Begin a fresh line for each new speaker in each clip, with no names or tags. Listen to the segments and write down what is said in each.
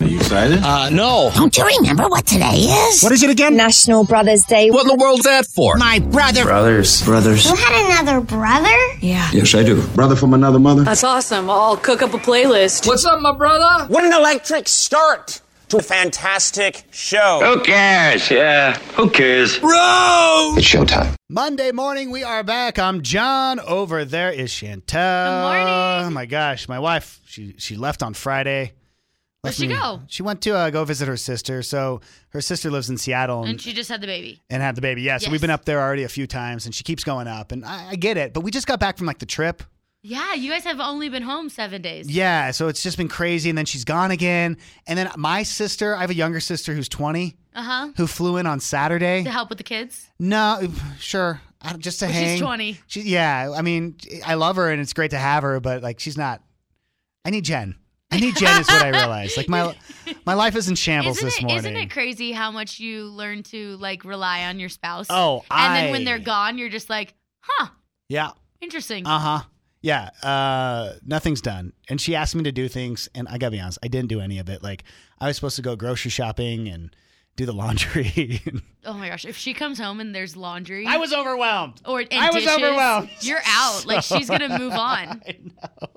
Are you excited?
Uh, no.
Don't you remember what today is?
What is it again?
National Brothers Day.
What in the world's that for?
My brother.
Brothers. Brothers.
You had another brother?
Yeah.
Yes, I do.
Brother from another mother?
That's awesome. I'll cook up a playlist.
What's up, my brother?
What an electric start to a fantastic show.
Who cares? Yeah. Who cares?
Bro!
It's showtime.
Monday morning, we are back. I'm John. Over there is Chantel.
Good morning.
Oh my gosh, my wife. She she left on Friday.
Where'd she go?
She went to uh, go visit her sister. So her sister lives in Seattle,
And she just had the baby.
and had the baby. Yeah, so
Yes.
we've been up there already a few times, and she keeps going up. And I, I get it, but we just got back from like the trip.
Yeah, you guys have only been home seven days.
Yeah, so it's just been crazy. And then she's gone again. And then my sister, I have a younger sister who's 20,
Uh huh.
who flew in on Saturday.
To help with the kids.
No, sure, I, don't- just to
But she's
hang.
20.
She, yeah, I mean, I love her, and it's great to have her, but like, she's not. I need Jen. I need Jen is what I realized. Like my my life is in shambles
Isn't
this
it,
morning.
isn't it crazy how much you learn to like rely on your spouse?
Oh,
and then when
I-
they're gone, you're just like, huh,
Yeah.
interesting.
Uh huh. Yeah. Uh, nothing's done. And she asked me to do things, and I gotta be honest, I didn't do any of it. Like I was supposed to go grocery shopping and do the laundry.
oh my gosh, if she comes home and there's laundry,
I was overwhelmed.
or and
I was
dishes,
overwhelmed.
You're out. Like she's gonna move on.
I know.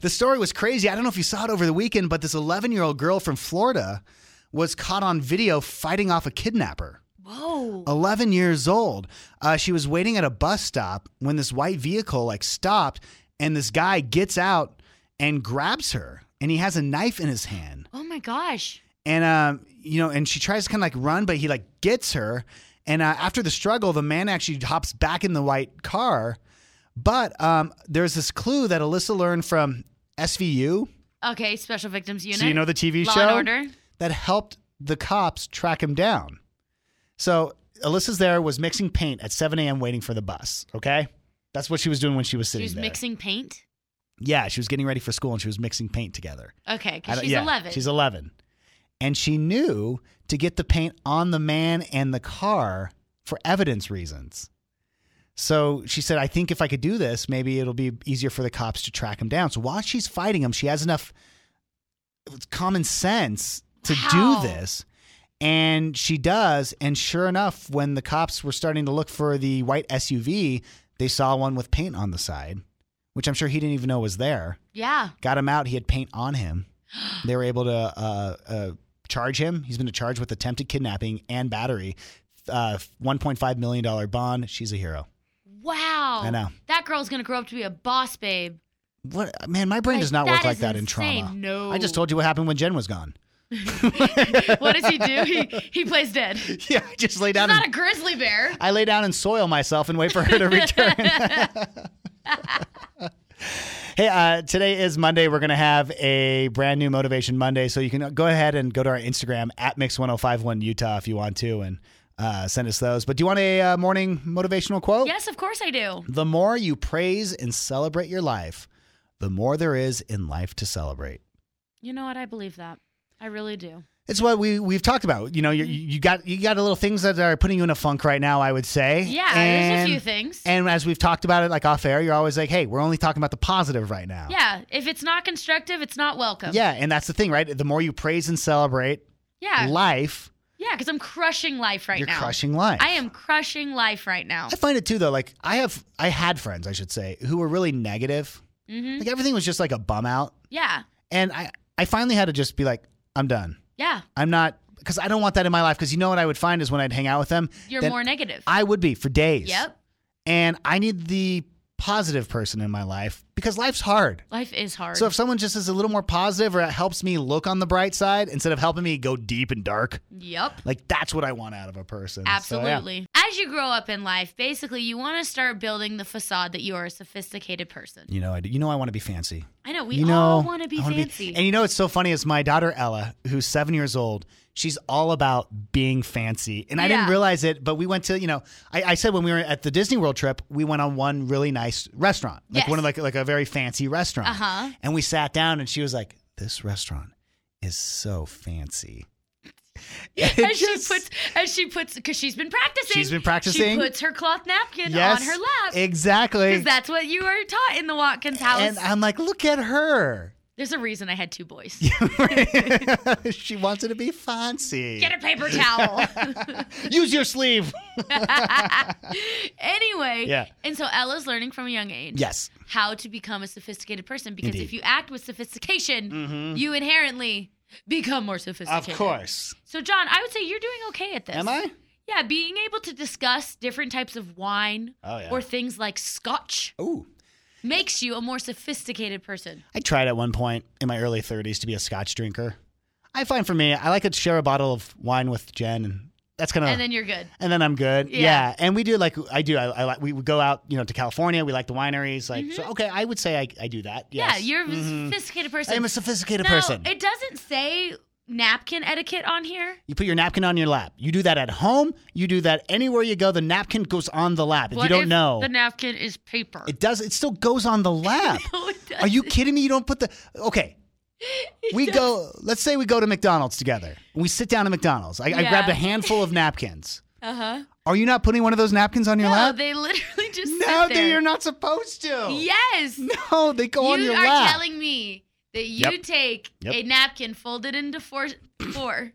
The story was crazy. I don't know if you saw it over the weekend, but this 11 year old girl from Florida was caught on video fighting off a kidnapper.
Whoa.
11 years old. Uh, she was waiting at a bus stop when this white vehicle like stopped, and this guy gets out and grabs her, and he has a knife in his hand,
Oh my gosh.
and um, you know, and she tries to kind of like run, but he like gets her, and uh, after the struggle, the man actually hops back in the white car, but um, there's this clue that Alyssa learned from SVU,
Okay, special victims unit.
so you know the TV
Law
show
and Order.
that helped the cops track him down. So Alyssa's there was mixing paint at 7 a.m. waiting for the bus. Okay, that's what she was doing when she was
She
sitting
was
there.
mixing paint.
Yeah, she was getting ready for school and she was mixing paint together.
Okay,
I
because
don't-
she's
yeah,
eleven.
She's 11, and she knew to get the paint on the man and the car for evidence reasons. So she said, "I think if I could do this, maybe it'll be easier for the cops to track him down." So while she's fighting him, she has enough common sense to
Wow.
do this. And she does. And sure enough, when the cops were starting to look for the white SUV, they saw one with paint on the side, which I'm sure he didn't even know was there.
yeah.
Got him out. He had paint on him. They were able to uh, uh, charge him. He's been charged with attempted kidnapping and battery. Uh, $1.5 million bond. She's a hero.
Wow.
I know.
That girl's going to grow up to be a boss babe.
What man, my brain
Like,
does not
that
work like
is
that in
insane.
trauma.
No.
I just told you what happened when Jen was gone.
What does he do? He he plays dead. He's
Yeah, I just lay down.
not
and-
a grizzly bear.
I lay down and soil myself and wait for her to return. hey, uh, today is Monday. We're going to have a brand new Motivation Monday. So you can go ahead and go to our Instagram at Mix1051 Utah if you want to and uh, send us those. But do you want a uh, morning motivational quote?
Yes, of course I do.
The more you praise and celebrate your life, the more there is in life to celebrate.
You know what? I believe that. I really do.
It's what we we've talked about. You know, you
Mm-hmm.
you got you got a little things that are putting you in a funk right now. I would say.
Yeah, there's a few things.
And as we've talked about it, like off air, you're always like, "Hey, we're only talking about the positive right now."
Yeah, if it's not constructive, it's not welcome.
Yeah, and that's the thing, right? The more you praise and celebrate,
Yeah.
life.
Yeah, because I'm crushing life right
You're
now.
crushing life.
I am crushing life right now.
I find it too though. Like I have, I had friends, I should say, who were really negative.
Mhm.
Like everything was just like a bum out,
Yeah.
and I, I finally had to just be like, I'm done.
Yeah.
I'm not because I don't want that in my life. Because you know what I would find is when I'd hang out with them,
You're
then
more negative.
I would be for days.
Yep.
And I need the positive person in my life because life's hard.
Life is hard.
So if someone just is a little more positive or helps me look on the bright side instead of helping me go deep and dark,
yep.
like that's what I want out of a person. So, yeah.
Absolutely. As you grow up in life, basically you want to start building the facade that you are a sophisticated person.
You know, I do. you know, I want to be fancy.
I know we
you know,
all want to be
I wanna
fancy.
and you know, it's so funny is my daughter Ella, who's seven years old. She's all about being fancy, and I didn't
Yeah.
realize it. But we went to, you know, I, I said when we were at the Disney World trip, we went on one really nice restaurant, like
Yes.
one of like like a very fancy restaurant.
Uh-huh.
And we sat down, and she was like, "This restaurant is so fancy."
as she puts, as she puts, because she's been practicing.
She's been practicing.
She puts her cloth napkin on her lap.
exactly.
Because that's what you were taught in the Watkins house.
And I'm like, look at her.
There's a reason I had two boys.
she wanted to be fancy.
Get a paper towel.
Use your sleeve.
anyway.
Yeah.
And so Ella's learning from a young age.
Yes.
How to become a sophisticated person. Because
Indeed. Mm-hmm.
if you act with sophistication, you inherently become more sophisticated.
Of course.
So, John, I would say you're doing okay at this.
Am I?
Yeah, being able to discuss different types of wine
Oh, yeah.
or things like scotch
Ooh.
makes you a more sophisticated person.
I tried at one point in my early 30s to be a scotch drinker. I find for me, I like to share a bottle of wine with Jen, and that's kind of.
And then you're good.
and then I'm good. Yeah.
Yeah.
And we do like, I do. I, I like, we would go out, you know, to California. We like the wineries. Like, so, okay, I would say I, I do that.
Mm-hmm. Yeah,
Yes.
you're a sophisticated person.
I'm a sophisticated
now,
person.
It doesn't say napkin etiquette on here.
You put your napkin on your lap. You do that at home. You do that anywhere you go. The napkin goes on the lap. If you
What
don't
if
know,
The napkin is paper.
it does. It still goes on the lap. Are you kidding me? You don't put the okay. We go. Let's say we go to McDonald's together. We sit down at McDonald's. I, I
Yeah.
grabbed a handful of napkins.
Uh huh.
Are you not putting one of those napkins on your
No,
lap?
they literally just
no,
sit
they-
there.
you're not supposed to.
Yes.
No, they go
you
on your
are
lap.
telling me that you
Yep.
take
Yep.
a napkin folded into four, four,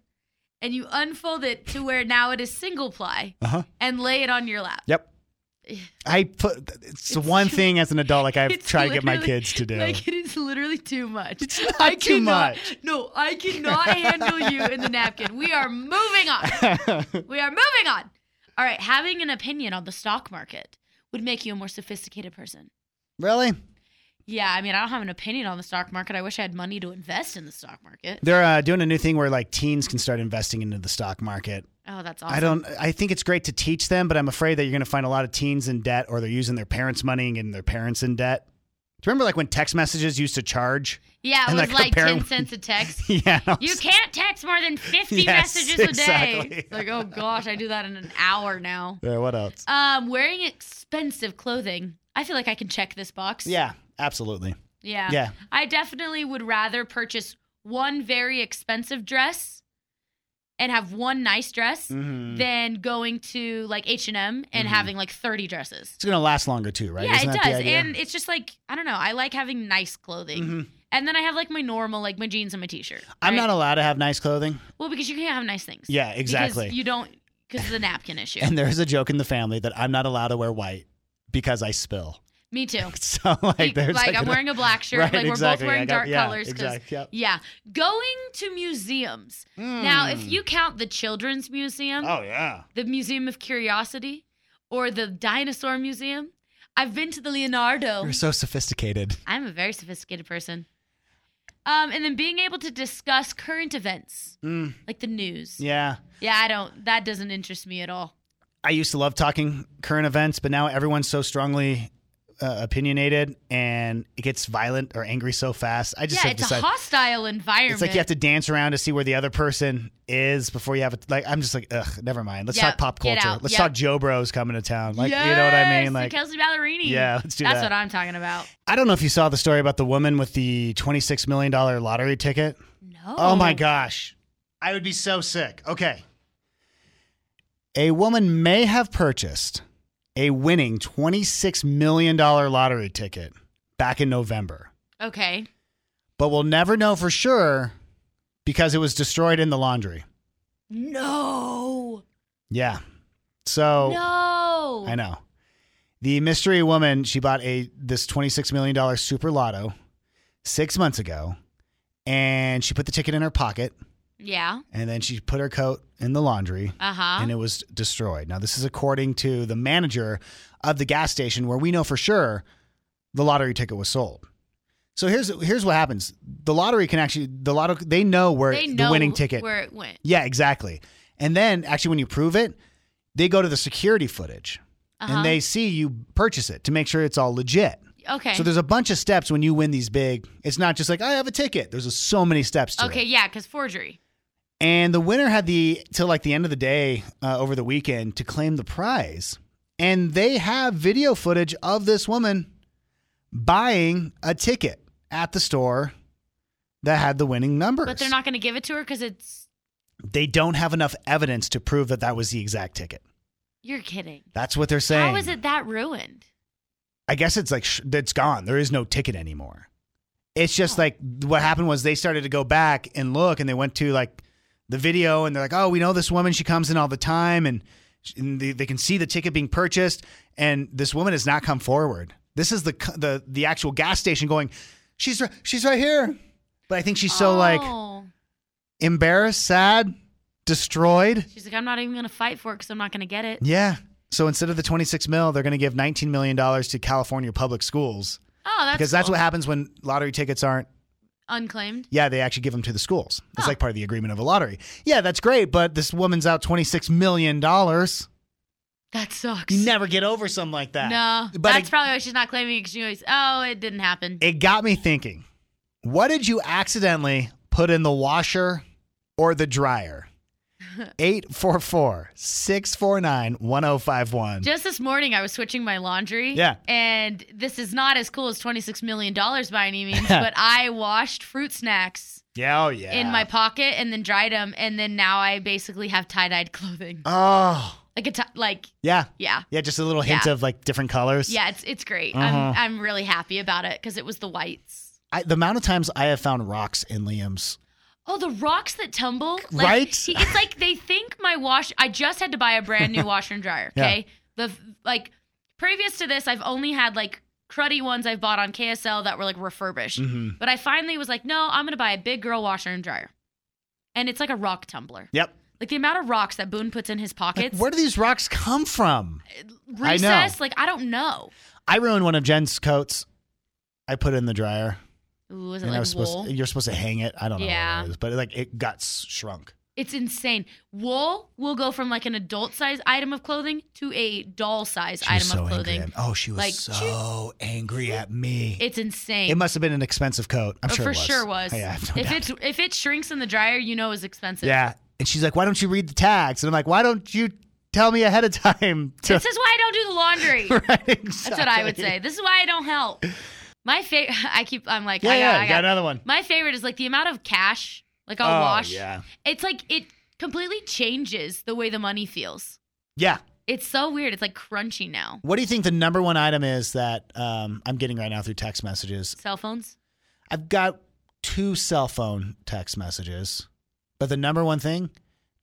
and you unfold it to where now it is single ply,
Uh-huh.
and lay it on your lap.
Yep. I put. It's the one thing as an adult, like I've
It's
tried to get my
literally-
kids to do.
Like it is literally too much. It's
not
I
too
cannot-
much.
No, I cannot handle you in the napkin. We are moving on. We are moving on. All right, having an opinion on the stock market would make you a more sophisticated person.
really?
Yeah, I mean, I don't have an opinion on the stock market. I wish I had money to invest in the stock market.
They're uh, doing a new thing where like teens can start investing into the stock market.
Oh, that's awesome.
I don't. I think it's great to teach them, but I'm afraid that you're going to find a lot of teens in debt, or they're using their parents' money and getting their parents in debt. Do you remember like when text messages used to charge?
Yeah, it
And,
was
like,
like
comparing-
10 cents a text.
Yeah.
You can't text more than 50
Yes,
messages a day.
exactly.
It's Like, oh gosh, I do that in an hour now.
Yeah. What else?
Um, wearing expensive clothing. I feel like I can check this box.
Yeah. Absolutely.
Yeah.
Yeah.
I definitely would rather purchase one very expensive dress and have one nice dress
Mhm.
than going to like H&M and
Mm-hmm.
having like 30 dresses.
It's going to last longer too, right?
Yeah,
Isn't
it
that the
does.
idea? Mm-hmm.
And it's just like, I don't know, I like having nice clothing. And then I have like my normal, like my jeans and my t shirt.
I'm not allowed to have nice clothing.
Well, because you can't have nice things.
Yeah,
Because
exactly.
you don't, because of the napkin issue.
And there's a joke in the family that I'm not allowed to wear white because I spill.
Me too.
So like,
Like,
there's
I'm wearing a black shirt.
Right,
like we're
exactly.
both wearing
I got-
dark
yeah,
colors. 'cause-
exact- yep.
Yeah. Going to museums. Now, if you count the children's museum,
Hmm. Oh yeah.
the Museum of Curiosity, or the Dinosaur Museum, I've been to the Leonardo.
You're so sophisticated.
I'm a very sophisticated person. Um, and then being able to discuss current events, like the news.
Mm. Yeah.
Yeah, I don't. That doesn't interest me at all.
I used to love talking current events, but now everyone's so strongly uh, opinionated and it gets violent or angry so fast. I just
yeah,
have
it's a
decided-
hostile environment.
It's like you have to dance around to see where the other person is before you have it. Like I'm just like, ugh, never mind. Let's
Yeah,
talk pop
get
culture.
out.
Let's
Yeah.
talk Joe Bros coming to town. Like you know what I
Yes,
mean?
the
Like
Kelsey Ballerini.
Yeah, let's do
That's
that.
what I'm talking about.
I don't know if you saw the story about the woman with the 26 million dollar lottery ticket.
No.
Oh my gosh. I would be so sick. Okay. A woman may have purchased a winning $26 million lottery ticket back in November,
Okay.
but we'll never know for sure because it was destroyed in the laundry.
No.
Yeah. So
No.
I know. The mystery woman, she bought a this $26 million super lotto six months ago, and she put the ticket in her pocket.
Yeah.
and then she put her coat in the laundry
Uh-huh.
and it was destroyed. Now, this is according to the manager of the gas station where we know for sure the lottery ticket was sold. So here's here's what happens. The lottery can actually the lotto they know where
They
the
know
winning ticket
where it went.
Yeah, exactly. And then actually when you prove it, they go to the security footage
Uh-huh.
and they see you purchase it to make sure it's all legit.
Okay.
So there's a bunch of steps when you win these big. It's not just like I have a ticket. There's so many steps to it.
Okay. Yeah. Because forgery.
And the winner had the till like the end of the day uh, over the weekend to claim the prize. And they have video footage of this woman buying a ticket at the store that had the winning numbers.
But they're not going to give it to her because it's.
They don't have enough evidence to prove that that was the exact ticket.
You're kidding.
That's what they're saying.
How is it that ruined?
I guess it's like sh- it's gone. There is no ticket anymore. It's
Oh.
just like what happened was they started to go back and look, and they went to like the video, and they're like, "Oh, we know this woman. She comes in all the time, and, sh- and they, they can see the ticket being purchased, and this woman has not come forward. This is the c- the the actual gas station going. She's r- she's right here, but I think she's so like
Oh.
embarrassed, sad, destroyed.
She's like, I'm not even going to fight for it because I'm not going to get it.
Yeah. So instead of the twenty six mil, they're going to give nineteen million dollars to California public schools.
Oh, that's
because that's what happens when lottery tickets aren't.
unclaimed.
Yeah, they actually give them to the schools. It's like part of the agreement of a lottery. Yeah, that's great, but this woman's out twenty six million dollars.
That sucks.
You never get over something like that.
No,
but
that's
it,
probably why she's not claiming because she goes, "Oh, it didn't happen."
it got me thinking. What did you accidentally put in the washer or the dryer? 844 649 1051.
Just this morning, I was switching my laundry.
Yeah.
and this is not as cool as twenty six million dollars by any means, but I washed fruit snacks
Yeah, oh, yeah.
in my pocket and then dried them, and then now I basically have tie dyed clothing,
Oh,
like a t- like
yeah.
yeah.
Yeah, just a little hint
Yeah.
of like different colors.
Yeah, it's it's great.
Uh-huh.
I'm I'm really happy about it because it was the whites.
I, the amount of times I have found rocks in Liam's
Oh, the rocks that tumble. Like,
Right?
he- it's like they think my wash. I just had to buy a brand new washer and dryer.
Yeah.
Okay. The like previous to this, I've only had like cruddy ones I've bought on KSL that were like refurbished.
Mm-hmm.
But I finally was like, no, I'm gonna buy a big girl washer and dryer, and it's like a rock tumbler.
Yep.
Like the amount of rocks that Boone puts in his
Like,
pockets.
where do these rocks come from? I know.
recess. Like I don't know.
I ruined one of Jen's coats. I put it in the dryer.
Ooh, is it
and I
like
was supposed
wool?
you're supposed to uh, hang it. I don't know
Yeah.
what it is, but it, like it got s- shrunk.
It's insane. Wool will go from like an adult size item of clothing to a doll size
She
item
was so
of
angry.
clothing.
At, oh, she was
Like,
so angry at me. It,
It's insane.
must have been an expensive coat. I'm
Oh,
sure
for
it was.
sure was.
Yeah, I have no
if
doubt.
it's if it shrinks in the dryer, you know it's expensive.
yeah. And she's like, "Why don't you read the tags?" And I'm like, "Why don't you tell me ahead of time?" To,
This is why I don't do the laundry.
Right,
That's what I would
exactly.
say. This is why I don't help. My favorite. I keep. I'm like.
Yeah,
I got,
yeah,
I
you got another one.
My favorite is like the amount of cash. Like I'll
Oh,
wash.
yeah.
It's like it completely changes the way the money feels.
Yeah.
It's so weird. It's like crunchy now.
What do you think the number one item is that um, I'm getting right now through text messages?
Cell phones.
I've got two cell phone text messages, but the number one thing,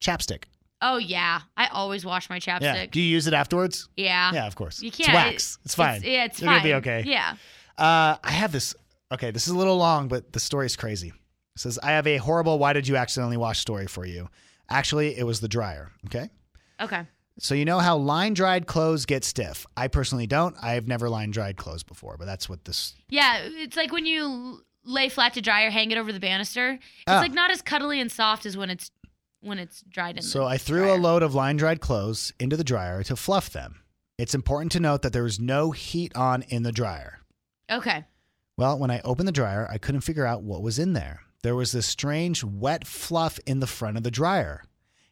chapstick.
Oh yeah. I always wash my chapstick.
Yeah. Do you use it afterwards?
Yeah.
Yeah, of course.
You
It's
can't.
wax. It's fine.
yeah, it's
You're
fine.
gonna be okay.
Yeah.
Uh, I have this. Okay, this is a little long, but the story is crazy. It says I have a horrible "Why did you accidentally wash?" story for you. Actually, it was the dryer. Okay.
Okay.
So you know how line dried clothes get stiff. I personally don't. I've never line dried clothes before, but that's what this.
Yeah. It's like when you lay flat to dry or hang it over the banister. It's
Ah.
like not as cuddly and soft as when it's when it's dried in.
So
the
I threw a
dryer.
load of line dried clothes into the dryer to fluff them. It's important to note that there was no heat on in the dryer.
Okay.
Well, when I opened the dryer, I couldn't figure out what was in there. There was this strange wet fluff in the front of the dryer.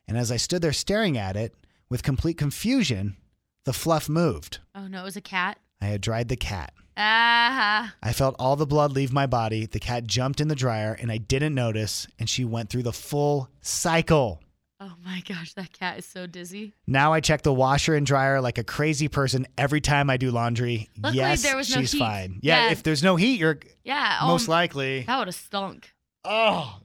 And as I stood there staring at it with complete confusion, the fluff moved.
Oh no, it was a cat.
I had dried the cat.
Ah.
I felt all the blood leave my body. The cat jumped in the dryer and I didn't notice, and she went through the full cycle.
Oh my gosh, that cat is so dizzy.
Now I check the washer and dryer like a crazy person every time I do laundry.
Luckily,
yes,
there was no
she's
heat.
fine. Yeah,
Yeah.
if there's no heat, you're
Yeah.
most
oh,
likely.
That would have stunk.
Oh,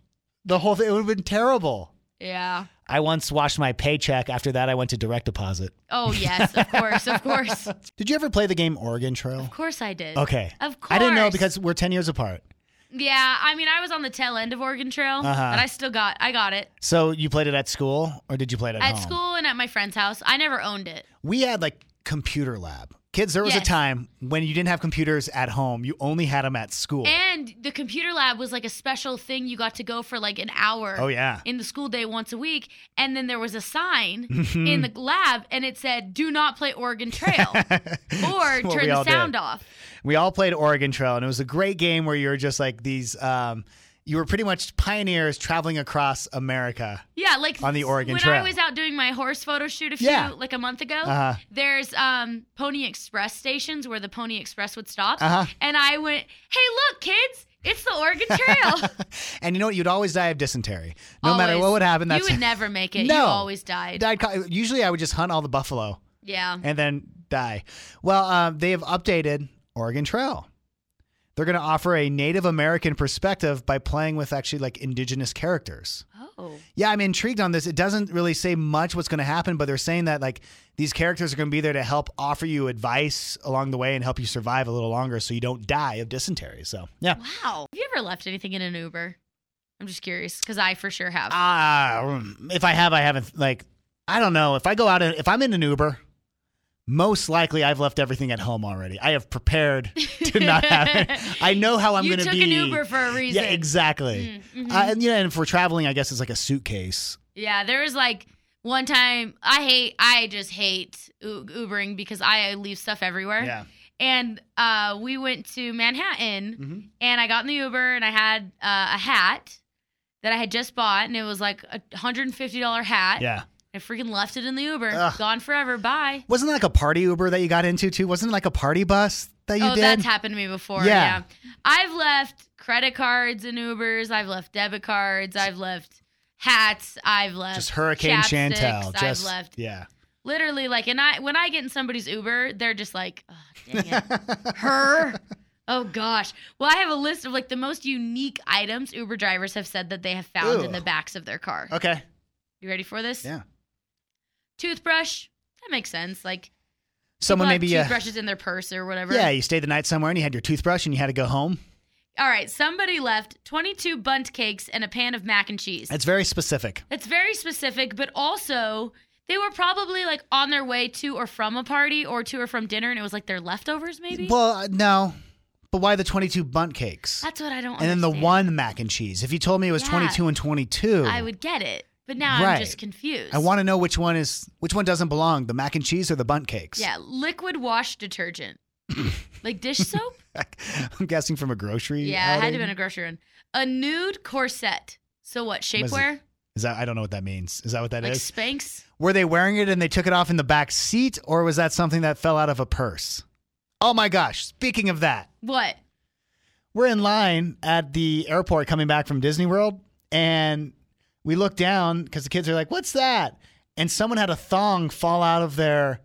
the whole thing it would have been terrible.
Yeah.
I once washed my paycheck. After that, I went to direct deposit.
Oh yes, of course, of course, of
Did you ever play the game Oregon Trail?
course I did.
Okay.
Of course.
I didn't know because we're 10 years apart.
Yeah, I mean, I was on the tail end of Oregon Trail,
Uh-huh.
but I still got, I got it
So you played it at school or did you play it at,
at
home?
school and at my friend's house. I never owned it.
We had like computer lab. Kids, there was a
Yes.
time when you didn't have computers at home. You only had them at school.
And the computer lab was like a special thing you got to go for like an hour.
Oh, yeah.
In the school day once a week, and then there was a sign
Mm-hmm.
in the lab, and it said, "Do not play Oregon Trail." Or
That's what
turn
we
the
all did.
sound off.
We all played Oregon Trail, and it was a great game where you were just like these. Um, you were pretty much pioneers traveling across America.
Yeah, like
On the Oregon
when I
Trail.
was out doing my horse photo shoot a few
Yeah.
like a month ago,
Uh-huh.
there's um Pony Express stations where the Pony Express would stop,
Uh-huh.
and I went, "Hey, look, kids, it's the Oregon Trail."
and you know what? You'd always die of dysentery, no matter
Oh. Always.
what would happen. That's
you would never make it.
No.
You always died.
died. co- Usually, I would just hunt all the buffalo
yeah.
and then die. Well, um, they have updated Oregon Trail. They're going to offer a Native American perspective by playing with actually like indigenous characters.
Oh.
Yeah, I'm intrigued on this. It doesn't really say much what's going to happen, but they're saying that like these characters are going to be there to help offer you advice along the way and help you survive a little longer so you don't die of dysentery. So, yeah.
Wow. Have you ever left anything in an Uber? I'm just curious because I for sure have.
Ah, if I have, I haven't like I don't know. If I go out and if I'm in an Uber, most likely I've left everything at home already. I have prepared to not have it. I know how I'm
You
going to
took
be.
an Uber for a reason. Mm-hmm.
Yeah, exactly. Uh, and yeah, and if we're traveling, I guess it's like a suitcase.
Yeah, there was like one time I hate I just hate u- Ubering because I leave stuff everywhere.
Yeah.
And uh, we went to Manhattan,
Mm-hmm.
and I got in the Uber, and I had uh, a hat that I had just bought, and it was like a hundred and fifty dollar hat.
Yeah.
I freaking left it in the Uber.
Ugh.
Gone forever. Bye.
Wasn't it like a party Uber that you got into too? Wasn't it like a party bus that you
oh,
did?
that's happened to me before.
Yeah.
Yeah. I've left credit cards in Ubers. I've left debit cards. I've left hats. I've left
Just Hurricane
chapsticks,
Chantel.
I've
Just
left
yeah.
Literally, like, and I when I get in somebody's Uber, they're just like, oh, dang it, her. Oh gosh. Well, I have a list of like the most unique items Uber drivers have said that they have found in
Ew.
the backs of their car.
Okay.
You ready for this?
Yeah.
Toothbrush. That makes sense. Like
Someone
people have
maybe uh,
toothbrushes in their purse or whatever.
yeah. You stayed the night somewhere and you had your toothbrush and you had to go home.
All right. Somebody left 22 bunt cakes and a pan of mac and cheese.
That's very specific.
That's very specific, but also they were probably like on their way to or from a party or to or from dinner, and it was like their leftovers, maybe.
Well, uh, no. But why the 22 bunt cakes?
That's what I don't.
and then the
understand.
one mac and cheese. If you told me it was
Yeah.
22 and 22,
I would get it, but now
Right.
I'm just confused.
I want to know which one is which one doesn't belong, the mac and cheese or the bunt cakes.
yeah, liquid wash detergent, like dish soap.
I'm guessing from a grocery.
yeah, it had to
outing.
have been a grocery run. A nude corset. So what?
Was it-
Shapewear?
Is that I don't know what that means. Is that what that is?
Like Spanx?
Were they wearing it and they took it off in the back seat or was that something that fell out of a purse? Oh my gosh, speaking of that,
What?
we're in line at the airport coming back from Disney World, and we look down because the kids are like, "What's that?" And someone had a thong fall out of their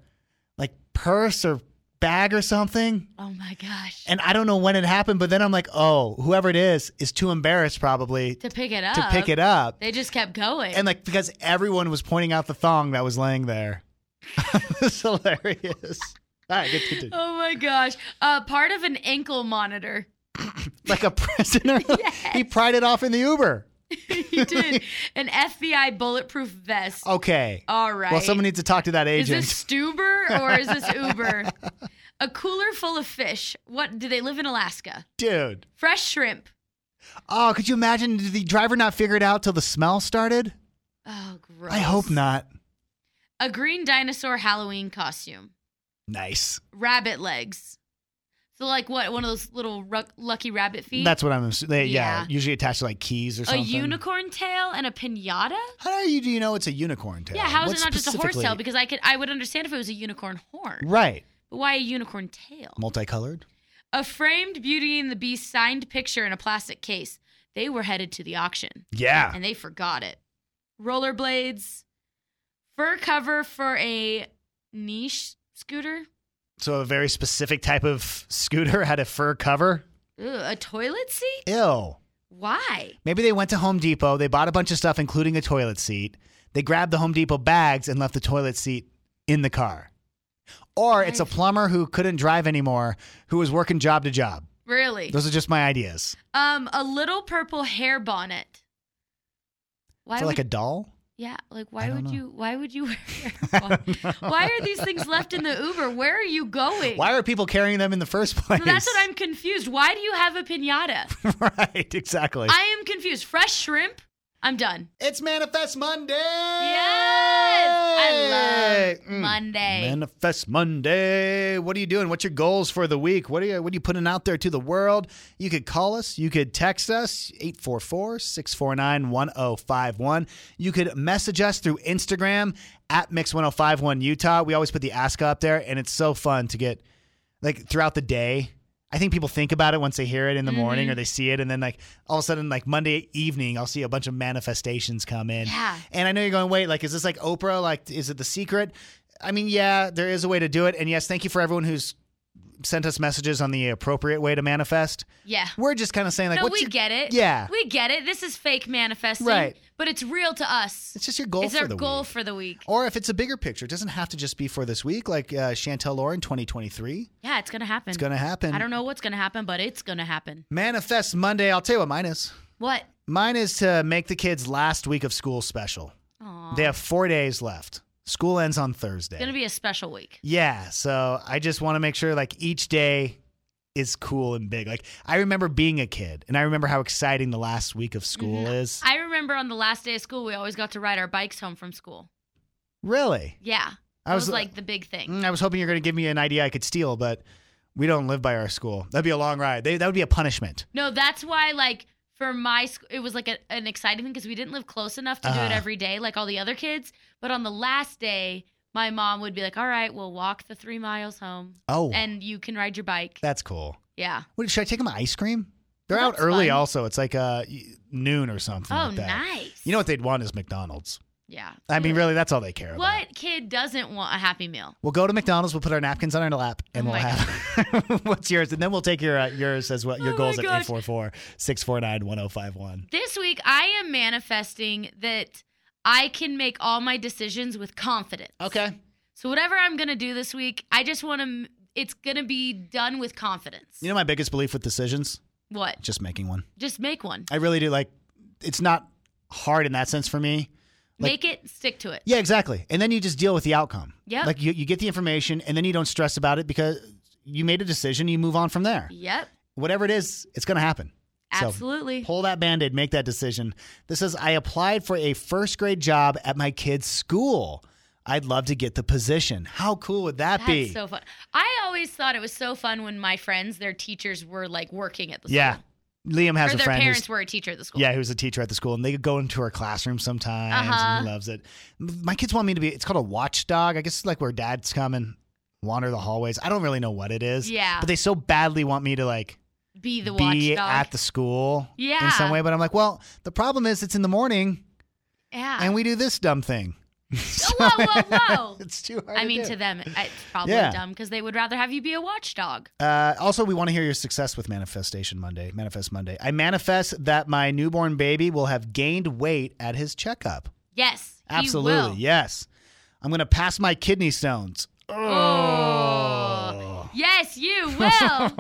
like purse or bag or something,
Oh my gosh!
and I don't know when it happened. But then I'm like, "Oh, whoever it is is too embarrassed probably
To pick it up.
to pick it up,"
They just kept going.
and like because everyone was pointing out the thong that was laying there. it's hilarious. All right, good, continue.
oh my gosh! Uh, part of an ankle monitor.
Like a prisoner, he pried it off in the Uber.
he did an FBI bulletproof vest.
Okay.
All right.
Well, someone needs to talk to that
Is
Oh, agent.
this Stuber or is this Uber? a cooler full of fish. What do they live in Alaska?
Dude.
Fresh shrimp.
Oh, could you imagine? Did the driver not figure it out till the smell started?
Oh, gross.
I hope not.
A green dinosaur Halloween costume.
Nice.
Rabbit legs. So like what? One of those little ru- lucky rabbit feet.
That's what I'm assuming. yeah.
Yeah.
usually attached to like keys or
a
something.
unicorn tail and a pinata.
How do you, do you know it's a unicorn tail?
Yeah, how is
What
it not just a horse tail?
specifically-
Because I could, I would understand if it was a unicorn horn.
Right.
But why a unicorn tail?
Multicolored.
a framed Beauty and the Beast signed picture in a plastic case. They were headed to the auction.
Yeah.
And they forgot it. Rollerblades, fur cover for a niche scooter,
So a very specific type of scooter had a fur cover.
Ew, a toilet seat?
Ew.
Why?
Maybe they went to Home Depot, they bought a bunch of stuff, including a toilet seat. They grabbed the Home Depot bags and left the toilet seat in the car. Or it's a plumber who couldn't drive anymore who was working job to job.
Really?
Those are just my ideas.
um, a little purple hair bonnet. Why
For like a
would,
doll?
yeah, like why
don't
would
know.
you why would you wear a hair bonnet? Why are these things left in the Uber? Where are you going?
Why are people carrying them in the first place?
So that's what I'm confused. Why do you have a pinata?
right, exactly.
I am confused. Fresh shrimp? I'm done.
It's Manifest Monday.
Yes! I love
Mm.
Monday.
Manifest Monday. What are you doing? What's your goals for the week? What are you what are you putting out there to the world? You could call us, you could text us 844-649-1051. You could message us through Instagram at Mix1051 Utah. We always put the ask up there and it's so fun to get like throughout the day. I think people think about it once they hear it in the morning
Mm-hmm.
or they see it, and then like all of a sudden, like Monday evening, I'll see a bunch of manifestations come in.
Yeah.
And I know you're going, wait, like, is this like Oprah? Like, is it the secret? I mean, yeah, there is a way to do it. And yes, thank you for everyone who's sent us messages on the appropriate way to manifest.
Yeah.
We're just kind of saying like,
no,
what's
we
your-
get it.
Yeah.
We get it. This is fake manifesting.
Right.
But it's real to us.
it's just your goal
it's
for
our
the
goal
week.
for the week.
or if it's a bigger picture, it doesn't have to just be for this week. Like uh, Chantel Lauren, 2023,
Yeah, it's gonna happen.
it's gonna happen.
I don't know what's gonna happen, but it's gonna happen.
Manifest Monday. I'll tell you what mine is.
What?
Mine is to make the kids last week of school special. They have four days left. School ends on Thursday.
It's gonna be a special week.
yeah, so I just want to make sure like each day is cool and big. Like I remember being a kid, and I remember how exciting the last week of school
Mm-hmm.
is.
I remember on the last day of school, we always got to ride our bikes home from school.
really,
Yeah,
I
that
was-
was, like the big thing.
Mm, I was hoping you're going to give me an idea I could steal, but we don't live by our school. That'd be a long ride. They, that would be a punishment.
No, that's why like for my school, it was like a, an exciting thing because we didn't live close enough to do it
Ah.
every day like all the other kids. But on the last day, my mom would be like, "All right, we'll walk the three miles home,
Oh,
and you can ride your bike."
that's cool.
yeah.
What should I take them ice cream? They're
Well,
out
that's
early.
fun.
Also, it's like uh, y- noon or something.
Oh,
like that.
nice.
You know what they'd want is McDonald's.
Yeah.
I mean, really, that's all they care about.
What kid doesn't want a happy meal?
We'll go to McDonald's. We'll put our napkins on our lap, and
Oh
we'll
my
have what's yours, and then we'll take your uh, yours as well. Your
Oh my
goals at
gosh.
844-649-1051.
This week, I am manifesting that I can make all my decisions with confidence.
Okay.
So whatever I'm gonna do this week, I just want to. It's gonna be done with confidence.
You know my biggest belief with decisions,
what?
just making one.
Just make one.
I really do like. It's not hard in that sense for me.
make it. Stick to it.
Yeah, exactly. And then you just deal with the outcome.
Yep.
Like you, you get the information, and then you don't stress about it because you made a decision. You move on from there.
Yep.
Whatever it is, it's going to happen. So-
Absolutely.
Pull that band aid, make that decision. This says, I applied for a first grade job at my kid's school. I'd love to get the position. How cool would that
That's
be?
so fun. I always thought it was so fun when my friends, their teachers were like working at the school.
yeah. Liam has
Or
a
their
friend. who's-
parents were a teacher at the school.
Yeah, who's a teacher at the school, and they go into her classroom sometimes,
Uh-huh.
and he loves it. M- My kids want me to be. It's called a watchdog. I guess it's like where dads come and wander the hallways. I don't really know what it is.
Yeah.
but they so badly want me to like
Be the
be
watchdog.
at the school in
Yeah.
some way. But I'm like, well, the problem is it's in the morning,
yeah.
and we do this dumb thing. So-
whoa, whoa, whoa.
it's too hard.
I mean,
do.
to them, it's probably
Yeah.
dumb because they would rather have you be a watchdog.
Uh, also, we want to hear your success with Manifestation Monday. Manifest Monday. I manifest that my newborn baby will have gained weight at his checkup.
Yes. he will.
Absolutely, yes. I'm gonna pass my kidney stones.
Oh. Yes, you will.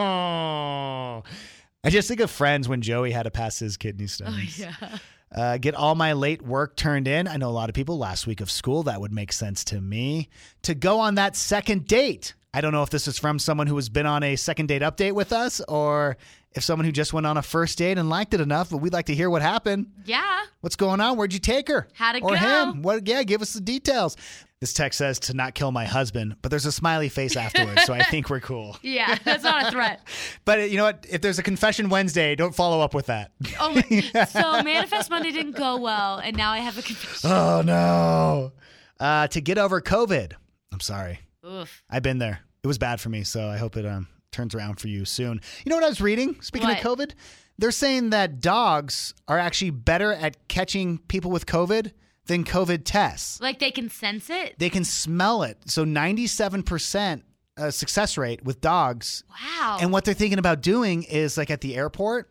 I just think of Friends when Joey had to pass his kidney stones.
Oh, yeah.
Uh, get all my late work turned in. I know a lot of people last week of school. That would make sense to me. To go on that second date. I don't know if this is from someone who has been on a second date update with us or if someone who just went on a first date and liked it enough, but we'd like to hear what happened.
yeah.
What's going on? Where'd you take her?
How'd it
or
go?
him? What? Yeah, give us the details. This text says to not kill my husband, but there's a smiley face afterwards, so I think we're cool.
Yeah. That's not a threat.
But uh, you know what? If there's a confession Wednesday, don't follow up with that.
Oh my. So Manifest Monday didn't go well, and now I have a confession.
oh no. Uh, to get over COVID. I'm sorry.
Oof.
I've been there. It was bad for me, so I hope it um turns around for you soon. You know what I was reading? Speaking of
What?
COVID, they're saying that dogs are actually better at catching people with COVID than COVID tests.
Like they can sense it.
They can smell it. So 97% uh, success rate with dogs.
Wow.
And what they're thinking about doing is like at the airport,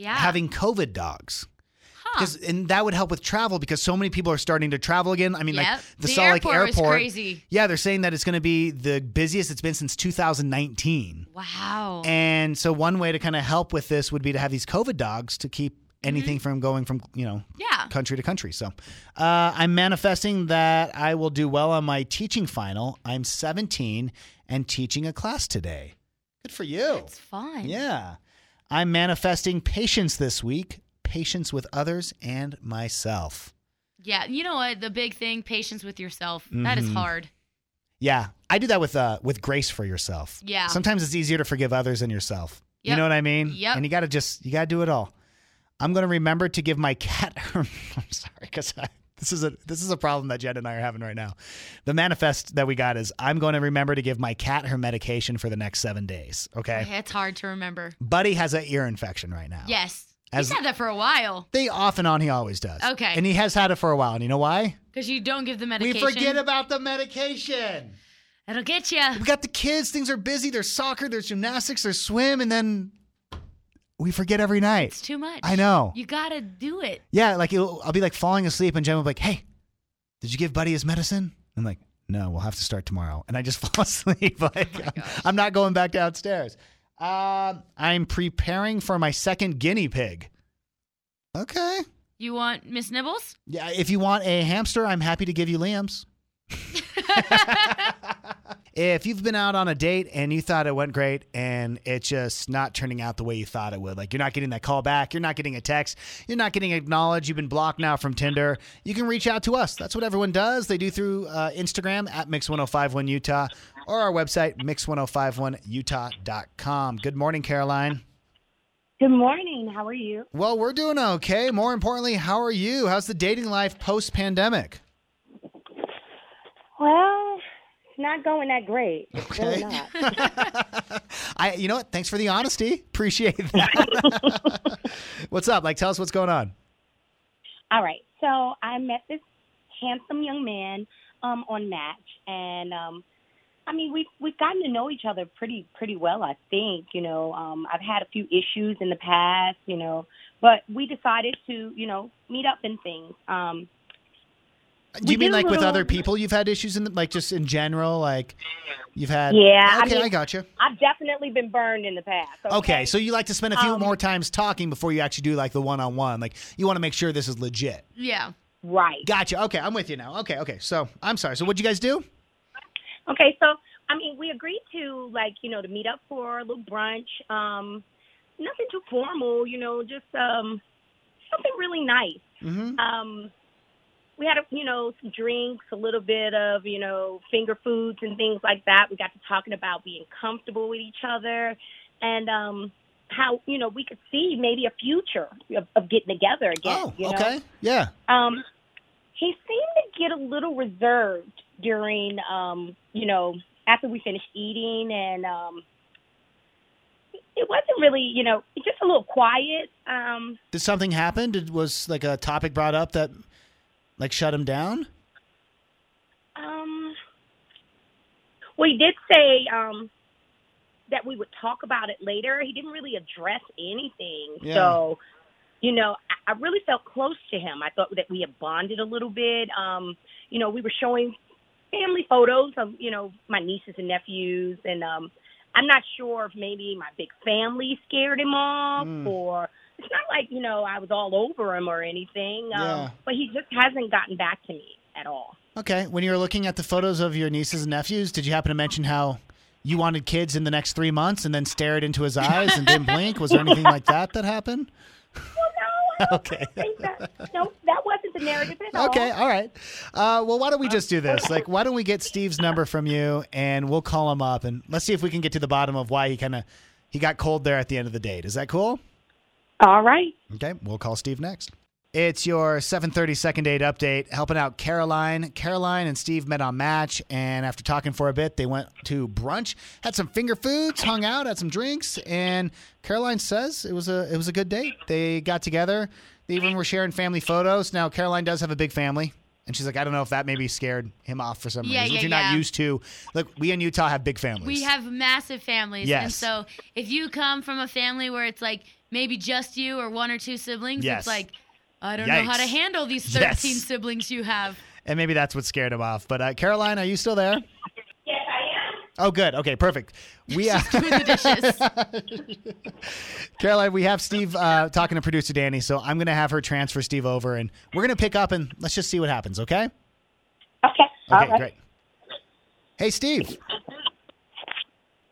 Yeah.
having COVID dogs.
Huh.
Because and that would help with travel because so many people are starting to travel again. I mean, like
Yep.
the,
The
Salt Lake
airport was
airport.
crazy.
Yeah, they're saying that it's going to be the busiest it's been since 2019.
Wow.
And so one way to kind of help with this would be to have these COVID dogs to keep anything from going from you know
Mm-hmm. Yeah.
country to country. So uh, I'm manifesting that I will do well on my teaching final. I'm 17 and teaching a class today. Good for you.
It's fun.
Yeah. I'm manifesting patience this week, patience with others and myself.
Yeah. You know what? The big thing, patience with yourself. That is
Mhm.
hard.
Yeah, I do that with uh with grace for yourself.
Yeah.
Sometimes it's easier to forgive others than yourself. You
Yep.
know what I mean?
Yep.
And you got to just you got to do it all. I'm going to remember to give my cat I'm sorry cuz this is a this is a problem that Jed and I are having right now. The manifest that we got is I'm going to remember to give my cat her medication for the next 7 days, okay?
Yeah, It's hard to remember.
Buddy has an ear infection right now.
Yes.
As-
He's had that for a while
They off and on he always does.
Okay.
And he has had it for a while. And you know why?
because you don't give the medication.
We forget about the medication.
It'll get you.
We got the kids. Things are busy. There's soccer. There's gymnastics. There's swim, and then we forget every night.
It's too much.
I know.
You gotta do it.
yeah, like it'll, I'll be like falling asleep, and Jen will be like, "Hey, did you give Buddy his medicine?" I'm like, "No, we'll have to start tomorrow." And I just fall asleep. like
Oh
I'm not going back downstairs. Um, I'm preparing for my second guinea pig. Okay.
You want Miss Nibbles?
Yeah, if you want a hamster, I'm happy to give you Liam's. if you've been out on a date and you thought it went great and it's just not turning out the way you thought it would, like you're not getting that call back, you're not getting a text, you're not getting acknowledged, you've been blocked now from Tinder, you can reach out to us. That's what everyone does. They do through uh, Instagram at Mix1051 Utah or our website, Mix1051Utah.com. Good morning, Caroline.
Good morning. How are you?
Well, we're doing okay. More importantly, how are you? How's the dating life post pandemic?
Well, it's not going that great. It's really
Okay.
not.
I, you know what? Thanks for the honesty. Appreciate that. what's up? Like, tell us what's going on.
All right. So I met this handsome young man um, on Match, and um, I mean we've we've gotten to know each other pretty pretty well. I think you know um, I've had a few issues in the past, you know, but we decided to you know meet up and things. Um,
Do you mean
did a
like with
little-
other people you've had issues in, the, like just in general, like you've had?
Yeah, I
Okay, I,
mean-
got you.
I've definitely been burned in the past.
Okay. so you like to spend a few
Um,
more times talking before you actually do like the one on one. Like you want to make sure this is legit.
Yeah.
right.
Gotcha. Okay, I'm with you now. Okay, okay. So I'm sorry. So what'd you guys do?
Okay, so I mean, we agreed to like you know to meet up for a little brunch. Um, nothing too formal, you know, just um, something really nice.
Mm-hmm.
Um, we had a, you know some drinks, a little bit of you know finger foods and things like that. We got to talking about being comfortable with each other, and um, how you know we could see maybe a future of, of getting together again.
Oh,
you know?
okay. Yeah.
Um, he seemed to get a little reserved during, um, you know, after we finished eating, and um, it wasn't really, you know, just a little quiet. Um,
Did something happen? Did was like a topic brought up that like shut him down?
um, well, he did say, um, that we would talk about it later. He didn't really address anything.
Yeah.
So, you know, I, I really felt close to him. I thought that we had bonded a little bit. Um, you know, we were showing family photos of, you know, my nieces and nephews and um I'm not sure if maybe my big family scared him off
Mm.
or it's not like, you know, I was all over him or anything.
Yeah.
Um but he just hasn't gotten back to me at all.
Okay. When you were looking at the photos of your nieces and nephews, did you happen to mention how you wanted kids in the next three months and then stared into his eyes and didn't blink? Was there anything like that that happened? Okay.
No, that wasn't the narrative at all.
Okay. All right. Uh, well, why don't we just do this? Like, why don't we get Steve's number from you and we'll call him up and let's see if we can get to the bottom of why he kind of he got cold there at the end of the date. Is that cool?
All right.
Okay. We'll call Steve next. It's your 7:30 second date update, helping out Caroline. Caroline and Steve met on Match, and after talking for a bit, they went to brunch, had some finger foods, hung out, had some drinks, and Caroline says it was a it was a good date. They got together, they even were sharing family photos. Now Caroline does have a big family, and she's like, I don't know if that maybe scared him off for some
Yeah,
reason.
yeah,
if you're
yeah.
not used to, like we in Utah have big families.
We have massive families. And
Yes.
so if you come from a family where it's like maybe just you or one or two siblings,
Yes.
it's like, I don't know how to
Yikes.
handle these 13
Yes.
siblings you have.
and maybe that's what scared him off. But uh, Caroline, are you still there?
Yes, I am.
Oh, good. Okay, perfect. We uh, Caroline, we have Steve uh, talking to producer Danny, so I'm gonna have her transfer Steve over, and we're gonna pick up and let's just see what happens. Okay. Okay. Okay.
all right.
Great. Hey, Steve.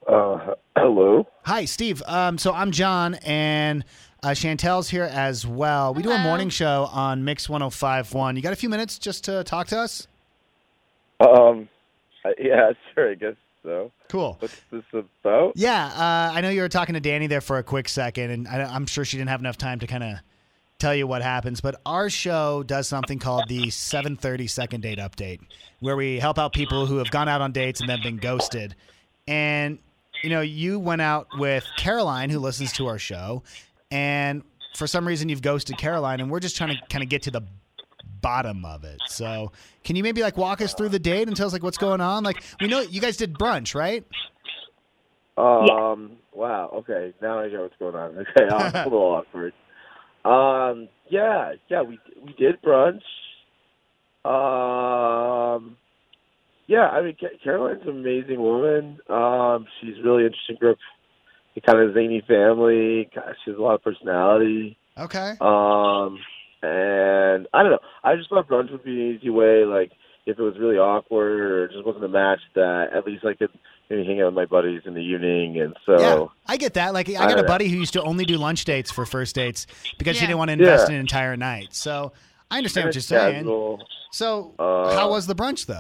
Uh, hello.
Hi, Steve. Um, so I'm John, and uh, Chantel's here as well. We do a morning show on Mix 105.1. You got a few minutes just to talk to us?
Um, uh, yeah, sure. I guess so.
Cool.
What's this about?
Yeah, uh, I know you were talking to Danny there for a quick second, and I, I'm sure she didn't have enough time to kind of tell you what happens. But our show does something called the 7:30 Second Date Update, where we help out people who have gone out on dates and then been ghosted. And you know, you went out with Caroline, who listens to our show, and for some reason you've ghosted Caroline, and we're just trying to kind of get to the bottom of it. So, can you maybe like walk us through the date and tell us like what's going on? Like, we know you guys did brunch, right?
Um, wow. Okay, now I know what's going on. Okay, I'm a little awkward. Um, yeah, yeah, we we did brunch. Um, yeah, I mean Ca- Caroline's an amazing woman. Um, she's really interesting group. The kind of zany family. Gosh, she has a lot of personality.
Okay.
Um, and I don't know. I just thought brunch would be an easy way. Like, if it was really awkward or it just wasn't a match, that at least I could maybe hang out with my buddies in the evening. And so,
I get that. Like, I
I
got a
don't-
buddy who used to only do lunch dates for first dates because she didn't want to
Yeah.
invest in an entire night. So I understand what you're saying. So,
Uh,
How was the brunch though?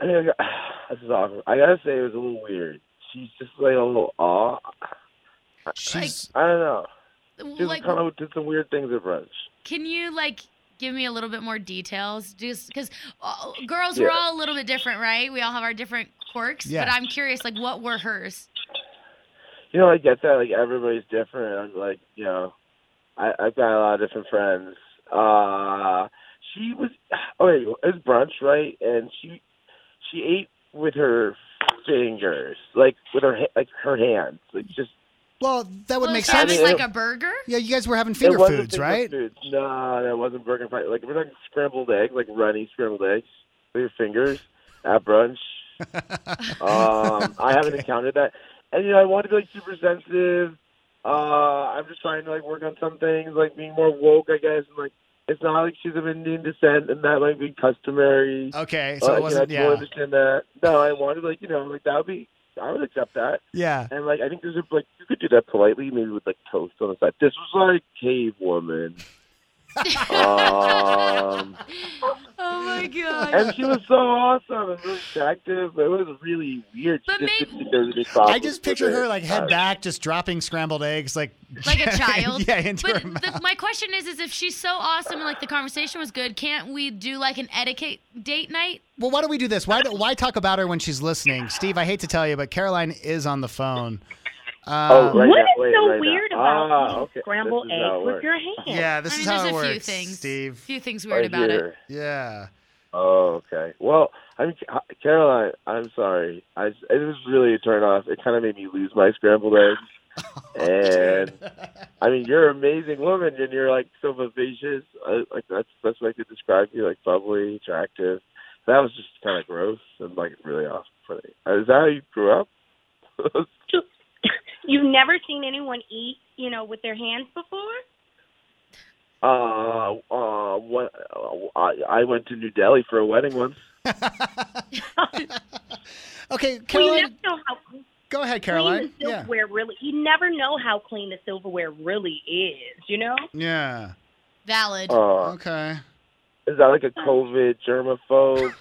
I mean, I got, this is awkward. I gotta say, it was a little weird. She's just like a little aw.
She's.
I don't know. She
Like,
kind of did some weird things at brunch.
can you like give me a little bit more details? Just because uh, girls, we're
Yeah.
all a little bit different, right? We all have our different quirks.
Yeah.
But I'm curious, like, what were hers?
You know, I get that. Like everybody's different. I'm like, you know, I, I've got a lot of different friends. Uh, she was okay. It was brunch, right? And she she ate with her fingers, like with her ha- like her hands, like just
Well, that would
Well,
make
she was
sense.
like a burger?
Yeah, you guys were having finger
it wasn't
foods,
finger
right?
Foods. No, no, it wasn't burger fight. Like we're talking scrambled eggs, like runny scrambled eggs with your fingers at brunch. um, I haven't encountered that, and you know I want to be like super sensitive. Uh, I'm just trying to like work on some things, like being more woke, I guess. And like it's not like she's of Indian descent, and that might be customary.
Okay, so it
Uh,
wasn't-
You know, I
yeah.
totally understand that. No, I wanted like you know like that would be. I would accept that.
Yeah.
And like I think there's a, like you could do that politely, maybe with like toast on the side. This was like cave woman. um,
Oh my god.
and she was so awesome and really attractive. But it was really weird. She just didn't think there was a big problem
I just
with
pictured
it.
her like
Uh,
head back, just dropping scrambled eggs, like
Like a child?
yeah, into her mouth.
The, my question is, is if she's so awesome and like the conversation was good, can't we do like an etiquette date night?
Well, why don't we do this? Why why talk about her when she's listening, Steve? I hate to tell you, but Caroline is on the phone. Uh,
Oh,
What
right now,
is
wait,
so
right now.
weird about
Ah,
eating
okay.
scrambled
This is
eggs
how it
with
works.
your hands?
Yeah, this
I
is
mean,
how
there's
it
a few
works,
things-
Steve.
few things weird Right about it. here.
Yeah.
Oh, okay. Well, I'm Caroline. I'm sorry. I it was really a turnoff. It kind of made me lose my scrambled eggs. and I mean, you're an amazing woman, and you're like so vivacious. I, like that's that's what I could describe you, like bubbly, attractive. That was just kind of gross and like really off putting. Uh, Is that how you grew up?
You've never seen anyone eat, you know, with their hands before?
uh, uh, what, uh, I, I went to New Delhi for a wedding once.
Okay,
Well,
Caroline.
you never know how
Go ahead,
Clean
Caroline.
the
Yeah.
silverware really. You never know how clean the silverware really is. You know.
Yeah.
Valid.
Uh,
okay.
Is that like a COVID germaphobe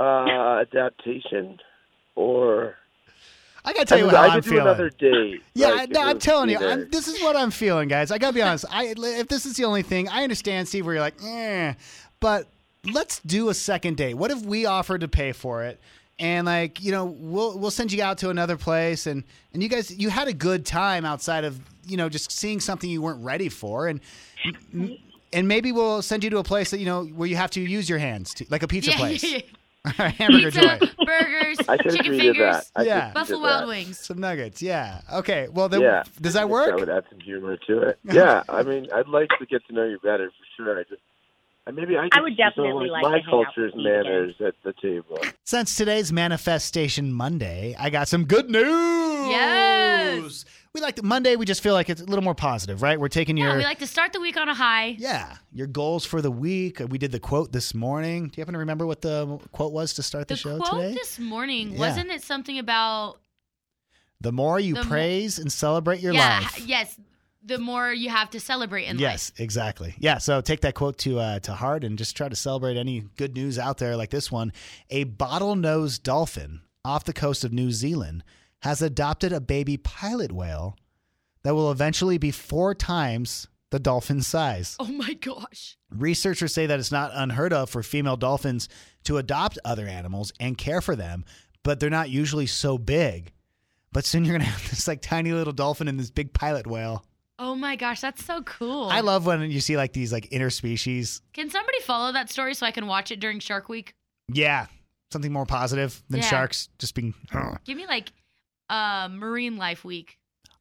uh, adaptation, or
I gotta tell you
I,
what
I
how
could
I'm
do
feeling.
another date.
Yeah,
Like,
I,
if
no,
it
I'm
was
telling
me
you,
there.
I'm, this is what I'm feeling, guys. I gotta be honest. I if this is the only thing, I understand, Steve, where you're like, eh, but let's do a second date. What if we offered to pay for it, and like you know, we'll we'll send you out to another place, and and you guys, you had a good time outside of you know just seeing something you weren't ready for, and. m- And maybe we'll send you to a place that you know where you have to use your hands, to, like a pizza place, or a hamburger
Pizza,
joint.
burgers,
I could've
chicken
tweeted that.
fingers,
I could've tweeted
Buffalo
that.
Wild Wings.
Some nuggets, yeah. Okay, well, then,
yeah,
does that
I
work?
would add some humor to it. Yeah, I mean, I'd like to get to know you better for sure. I just, and maybe I, could
would
teach you
definitely
some,
like
like,
to
my
hang out
culture's
with you again.
manners at the table.
Since today's Manifestation Monday, I got some good news.
Yes.
We like Monday, we just feel like it's a little more positive, right? We're taking
Yeah,
your
we like to start the week on a high.
Yeah. your goals for the week. We did the quote this morning. Do you happen to remember what the quote was to start the, show
Quote
today?
this morning,
Yeah.
wasn't it something about
the more you
The mo-
praise and celebrate your
yeah,
life.
h- yes, the more you have to celebrate in life.
Yes, exactly. Yeah, so take that quote to uh, to heart and just try to celebrate any good news out there like this one. A bottlenose dolphin off the coast of New Zealand has adopted a baby pilot whale that will eventually be four times the dolphin's size.
Oh my gosh.
Researchers say that it's not unheard of for female dolphins to adopt other animals and care for them, but they're not usually so big. But soon you're gonna have this like tiny little dolphin and this big pilot whale.
Oh my gosh, that's so cool.
I love when you see like these like interspecies.
Can somebody follow that story so I can watch it during Shark Week?
Yeah, something more positive than
Yeah.
sharks just being.
Give me like uh Marine Life Week.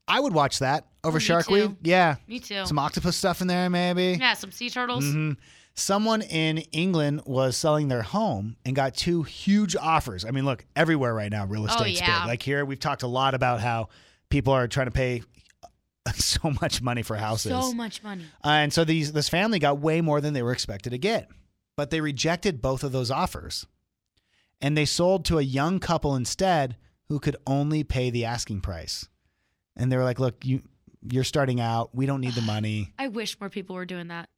I would watch that over
Oh, Me
Shark
too.
Week. Yeah,
Me too.
some octopus stuff in there maybe.
yeah, some sea turtles.
Mhm. Someone in England was selling their home and got two huge offers. I mean, look, everywhere right now, real
Oh,
estate's
yeah.
big. Like here, we've talked a lot about how people are trying to pay so much money for houses.
So much money.
Uh, and so these this family got way more than they were expected to get, but they rejected both of those offers, and they sold to a young couple instead who could only pay the asking price, and they were like, "Look, you you're starting out. We don't need the money.
I wish more people were doing that,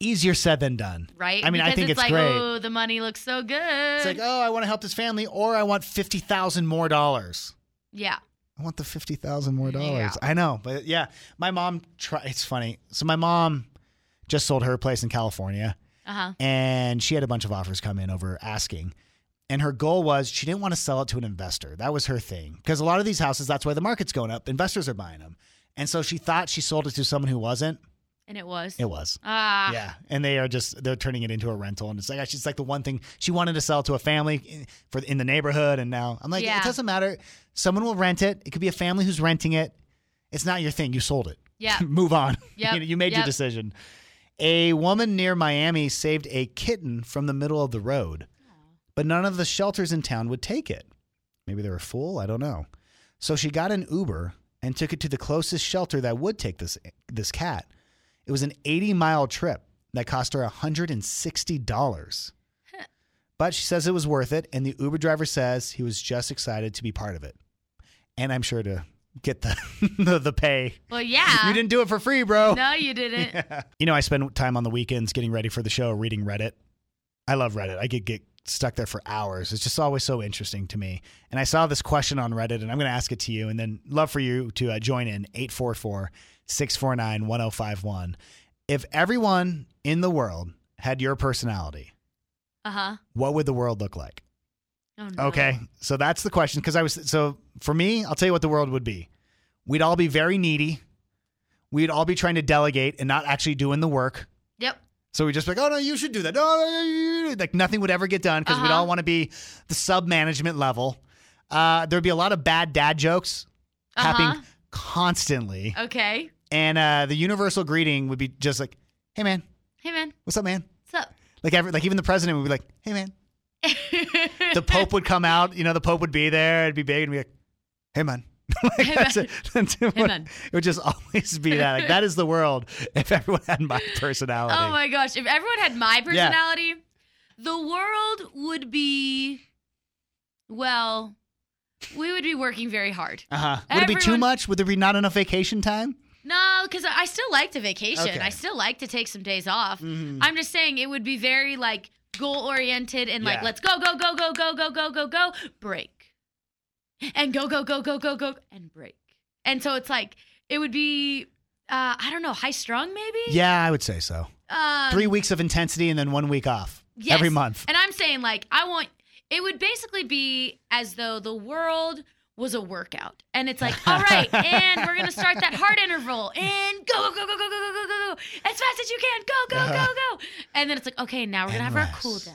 Easier said than done,
right?
I mean,
because
I think it's,
like,
great.
oh, the money looks so good.
It's like, oh, I want to help this family, or I want fifty thousand more dollars.
yeah.
I want the fifty thousand more dollars.
Yeah.
I know, but yeah, my mom. Try, it's funny. So my mom just sold her place in California,
Uh huh.
and she had a bunch of offers come in over asking. And her goal was she didn't want to sell it to an investor. That was her thing. Because a lot of these houses, that's why the market's going up. Investors are buying them. And so she thought she sold it to someone who wasn't.
And it was.
It was.
Ah.
Yeah, and they are just they're turning it into a rental, and it's like actually, it's like the one thing she wanted to sell to a family in- for in the neighborhood, and now I'm like,
Yeah.
it doesn't matter. Someone will rent it. It could be a family who's renting it. It's not your thing. You sold it.
Yeah.
move on.
Yep,
you, know, you made your
yep.
decision. A woman near Miami saved a kitten from the middle of the road, but none of the shelters in town would take it. Maybe they were full. I don't know. So she got an Uber and took it to the closest shelter that would take this this cat. It was an 80 mile trip that cost her $160. but she says it was worth it, and the Uber driver says he was just excited to be part of it. And I'm sure to get the the, the pay.
Well, yeah.
You didn't do it for free, bro.
No, you didn't.
You know, I spend time on the weekends getting ready for the show, reading Reddit. I love Reddit. I could get stuck there for hours. It's just always so interesting to me. And I saw this question on Reddit, and I'm going to ask it to you, and then love for you to uh, join in 844 649 1051. If everyone in the world had your personality,
Uh huh.
what would the world look like?
Oh, no.
Okay. So that's the question. Because I was, so for me, I'll tell you what the world would be. We'd all be very needy. We'd all be trying to delegate and not actually doing the work.
Yep.
So we just like, oh no, you should do that. No, no, no, you- you-" like nothing would ever get done because we'd all want to be the sub management level. Uh, there'd be a lot of bad dad jokes
Uh-huh.
happening constantly,
Okay.
and uh, the universal greeting would be just like, "Hey man,
Hey man,
what's up, man?"
what's up?
Like every, like even the president would be like, "Hey man."
Oh,
the Pope would come out. You know, the Pope would be there. It'd be big and be like, "Hey man." like that's it. it, would,
man.
it would just always be that. Like that is the world if everyone had my personality.
Oh my gosh. If everyone had my
Yeah.
personality, the world would be well, we would be working very hard.
Uh-huh. Would it be too
Everyone-
much? Would there be not enough vacation time?
No, because I still like to vacation.
Okay. Mm-hmm.
I still like to take some days off. I'm just saying it would be very like goal oriented and like
Yeah.
let's go go go go go go go go go break, and go go go go go go and break. And so it's like it would be uh, I don't know high strung maybe.
Yeah, I would say so.
Um,
Three weeks of intensity and then one week off
Yes.
every month.
And I'm saying like I want it would basically be as though the world was a workout. And it's like, all right, and we're gonna start that heart interval and go, go, go, go, go, go, go, go, go, go. As fast as you can. Go, go, go,
Uh-huh.
go. And then it's like, okay, now we're gonna have our cool down.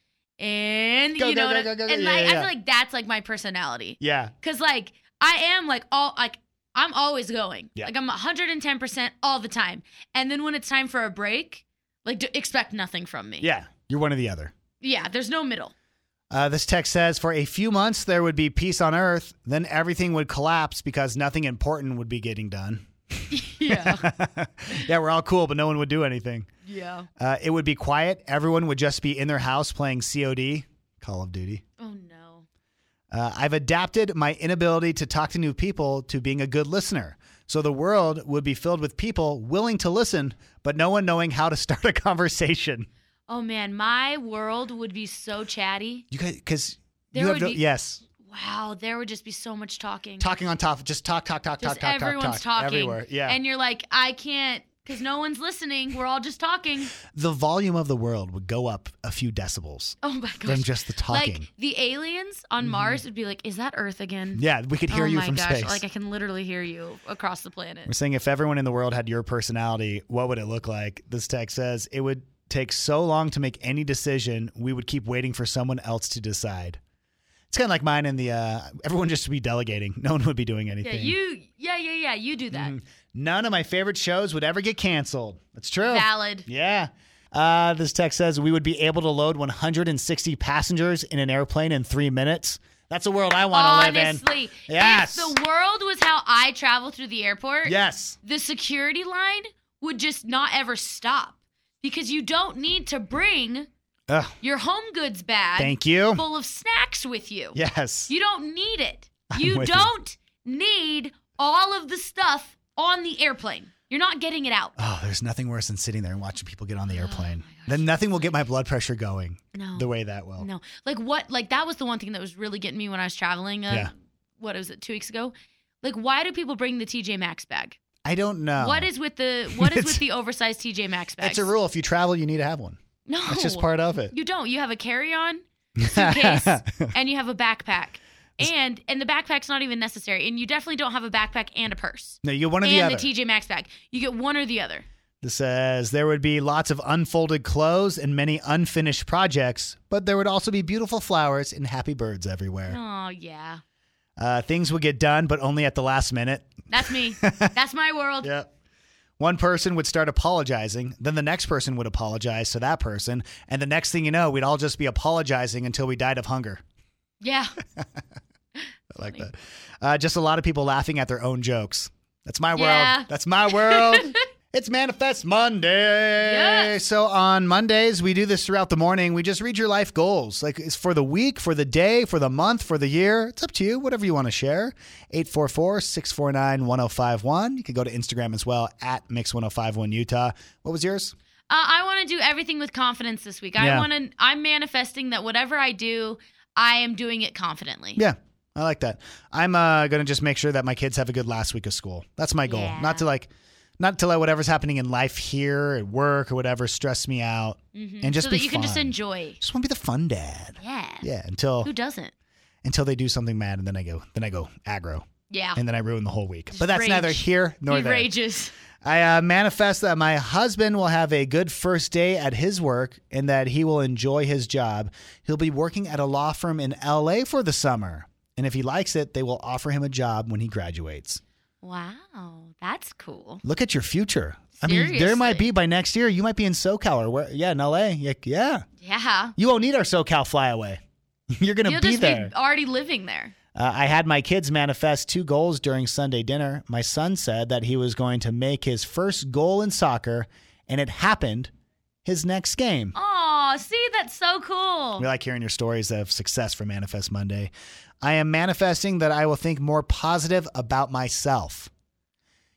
Mhm.
And
Go,
you
go,
know
go,
what I-
go, go, go.
and
Yeah,
like,
yeah,
I
yeah.
feel like that's like my personality.
Yeah.
Cause like I am like all like I'm always going.
Yeah.
Like I'm 110 percent all the time. And then when it's time for a break, like d- expect nothing from me.
Yeah. You're one or the other.
Yeah, there's no middle.
Uh, this text says for a few months there would be peace on earth, then everything would collapse because nothing important would be getting done. yeah. yeah, we're all cool, but no one would do anything.
Yeah.
Uh, it would be quiet. Everyone would just be in their house playing COD, Call of Duty.
Oh no.
Uh, I've adapted my inability to talk to new people to being a good listener. So the world would be filled with people willing to listen, but no one knowing how to start a conversation.
Oh man, my world would be so chatty.
You guys, because you
There
have
would
no,
be-
yes,
Wow, there would just be so much talking.
talking on top, just talk, talk, talk,
just
talk, talk, talk,
everyone's
talk,
talking.
everywhere. Yeah,
And you're like, I can't because no one's listening. We're all just talking.
the volume of the world would go up a few decibels
Oh my gosh.
from just the talking. Mm-hmm.
Like the aliens on Mars would be like, is that Earth again?
Yeah, we could hear
oh
you
my
from
gosh.
space.
Like I can literally hear you across the planet.
We're saying if everyone in the world had your personality, what would it look like? This text says it would take so long to make any decision. We would keep waiting for someone else to decide. It's kind of like mine in the uh, everyone just would be delegating. No one would be doing
Yeah,
anything.
you yeah, yeah, yeah. You do
Mm-hmm.
that.
None of my favorite shows would ever get canceled. That's true.
Valid.
Yeah. Uh, this text says we would be able to load 160 passengers in an airplane in three minutes. That's the world I want to live in.
Honestly.
Yes.
If the world was how I travel through the airport.
Yes.
the security line would just not ever stop because you don't need to bring
Ugh.
your home goods bag
Thank you.
full of snacks with you.
Yes.
You don't need it.
I'm
You
with you.
don't need all of the stuff on the airplane. You're not getting it out.
Oh, there's nothing worse than sitting there and watching people get on the airplane. then nothing will get my blood pressure going
Oh No.
the way that will.
No. Like what like that was the one thing that was really getting me when I was traveling uh,
Yeah.
what was it 2 weeks ago? Like why do people bring the TJ Maxx bag?
I don't know.
What is with the what is
It's-
with the oversized TJ Maxx bags?
Oh. It's a rule. If you travel, you need to have one.
No.
That's just part of it.
You don't. You have a carry-on suitcase and you have a backpack. And and the backpack's not even necessary. And you definitely don't have a backpack and a purse.
No, you get one or the
and
other.
the TJ Maxx bag. You get one or the other.
this says there would be lots of unfolded clothes and many unfinished projects, but there would also be beautiful flowers and happy birds everywhere.
Oh yeah.
Uh, things would get done, but only at the last minute.
That's me. That's my world.
Yep. One person would start apologizing, then the next person would apologize to that person, and the next thing you know, we'd all just be apologizing until we died of hunger.
Yeah.
I like that. Uh, just a lot of people laughing at their own jokes. That's my
Yeah.
world. That's my world. it's Manifest Monday. So on Mondays, we do this throughout the morning. We just read your life goals. Like it's for the week, for the day, for the month, for the year. It's up to you, whatever you want to share. 844 649 1051. You could go to Instagram as well at Mix1051 Utah. What was yours?
Uh, I want to do everything with confidence this week.
Yeah.
I want to. I'm manifesting that whatever I do, I am doing it confidently.
Yeah, I like that. I'm uh, gonna just make sure that my kids have a good last week of school. That's my goal.
Yeah.
Not to like, not to let whatever's happening in life here at work or whatever stress me out,
Mhm.
and just
so
be
that you can just
fun.
enjoy.
Just want to be the fun dad.
Yeah.
Yeah, until
Who doesn't?
until they do something mad, and then I go, then I go aggro.
Yeah.
And then I ruined the whole week. But that's
Ah. Rage.
neither here nor
he
there.
rages.
I uh, manifest that my husband will have a good first day at his work and that he will enjoy his job. He'll be working at a law firm in LA for the summer. And if he likes it, they will offer him a job when he graduates.
Wow, that's cool.
Look at your future. I mean, there might be by next year, you might be in SoCal or where, yeah, in LA. Yeah. yeah.
Yeah.
You won't need our SoCal flyaway. You're going to
You'll
be
just
there.
be already living there.
Uh, I had my kids manifest two goals during Sunday dinner. My son said that he was going to make his first goal in soccer, and it happened his next game.
Oh, see, that's so cool.
We like hearing your stories of success for Manifest Monday. I am manifesting that I will think more positive about myself.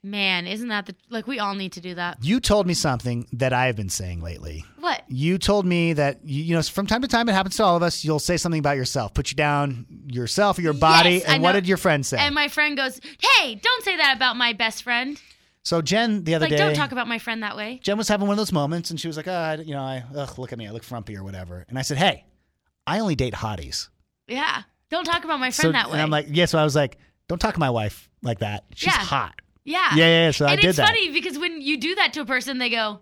Man, isn't that the like we all need to do that?
You told me something that I have been saying lately.
What?
You told me that you, you know from time to time it happens to all of us. You'll say something about yourself, put you down, yourself, your body,
Yes, I
and what
know.
did your friend say?
And my friend goes, "Hey, don't say that about my best friend.
so Jen the other
like,
day,
don't talk about my friend that way."
Jen was having one of those moments, and she was like, "Ah, I- you know, I ugh, look at me, I look frumpy or whatever." And I said, "Hey, I only date hotties."
Yeah, don't talk about my friend
so,
that way.
And I'm like, "Yes." so I was like, "Don't talk to my wife like that. She's
Yeah.
hot."
yeah,
Yeah, yeah. yeah, So
and
I did
it's
that.
funny because when you do that to a person, they go,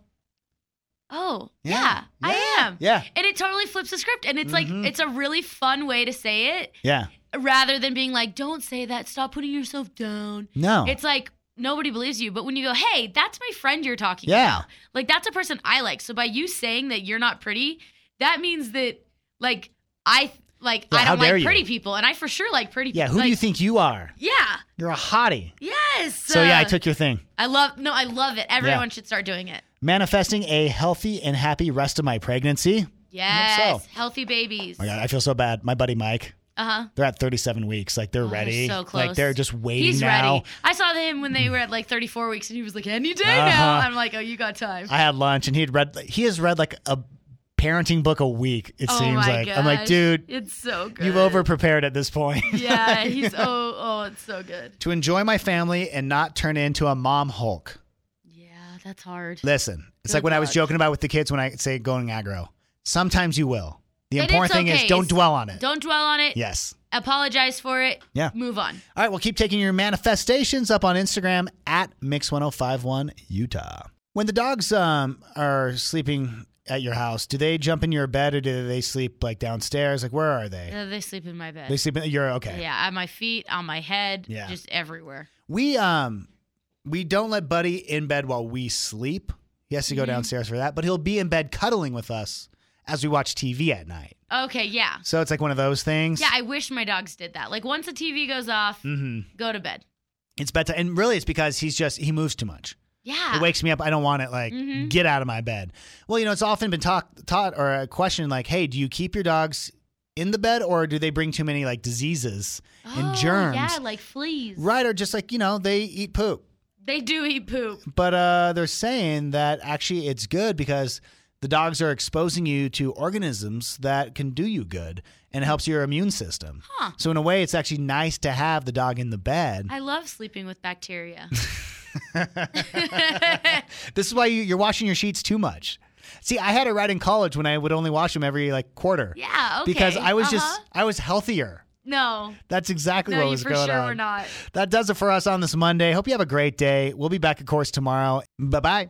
"Oh, yeah, I am."
Yeah.
and it totally flips the script, and it's
Mhm.
like it's a really fun way to say it,
Yeah.
rather than being like, "Don't say that. Stop putting yourself down."
No.
it's like. Nobody believes you, but when you go, "Hey, that's my friend you're talking
Yeah.
about," like that's a person I like. So by you saying that you're not pretty, that means that like I like
Yeah,
I
how
don't
dare
like
you.
pretty people, and I for sure like pretty.
Yeah.
people.
Who do you
Like,
think you are?
Yeah.
You're a hottie.
Yes.
So yeah, I
uh,
took your thing.
I love no, I love it. Everyone should start doing it.
Manifesting a healthy and happy rest of my pregnancy.
Yes.
so.
Healthy babies.
Oh my God, I feel so bad. My buddy Mike.
Uh huh.
They're at 37 weeks. Like they're ready.
Oh, so close.
Like they're just waiting
He's
now.
ready. I saw him when they were at like 34 weeks, and he was like, "Any day now."
Uh-huh.
I'm like, "Oh, you got time."
I had lunch and he had read he has read like a parenting book a week, it
oh
seems
my
like. I'm like,
gosh.
dude,
it's so good.
you've over prepared at this point.
Yeah, he's oh oh, it's so good.
to enjoy my family and not turn into a mom hulk.
Yeah, that's hard.
Listen, it's
Good
like when I was
luck.
joking about with the kids when I say going aggro. Sometimes you will. The
But
important
it's
thing
okay.
is don't dwell on it.
Don't dwell on it.
Yes.
Apologize for it.
Yeah.
Move on.
All right, well, keep taking your manifestations up on Instagram at Mix1051 Utah. When the dogs um, are sleeping at your house, do they jump in your bed or do they sleep like downstairs? Like, where are they?
Uh, They sleep in my bed.
They sleep in, you're okay.
Yeah, at my feet, on my head,
Yeah.
just everywhere.
We, um, we don't let Buddy in bed while we sleep. He has to
Mm-hmm.
go downstairs for that, but he'll be in bed cuddling with us as we watch TV at night.
Okay, yeah.
So it's like one of those things.
Yeah, I wish my dogs did that. Like once the TV goes off,
hmm
go to bed.
It's bedtime. And really, it's because he's just, he moves too much.
Yeah.
It wakes me up. I don't want it. Like,
Mhm.
get out of my bed. Well, you know, it's often been talk, taught or a question like, hey, do you keep your dogs in the bed or do they bring too many like diseases and
Oh,
germs?
Yeah, like fleas.
Right. Or just like, you know, they eat poop.
They do eat poop.
But uh, they're saying that actually it's good because the dogs are exposing you to organisms that can do you good and helps your immune system.
Huh.
So, in a way, it's actually nice to have the dog in the bed.
I love sleeping with bacteria.
This is why you, you're washing your sheets too much. See, I had it right in college when I would only wash them every like quarter.
Yeah,
Because
okay,
I was just
uh-huh.
I was healthier.
no.
That's exactly
No,
what
you
was
for
going
sure
on.
were not.
That does it for us on this Monday. Hope you have a great day. We'll be back, of course, tomorrow. Bye bye.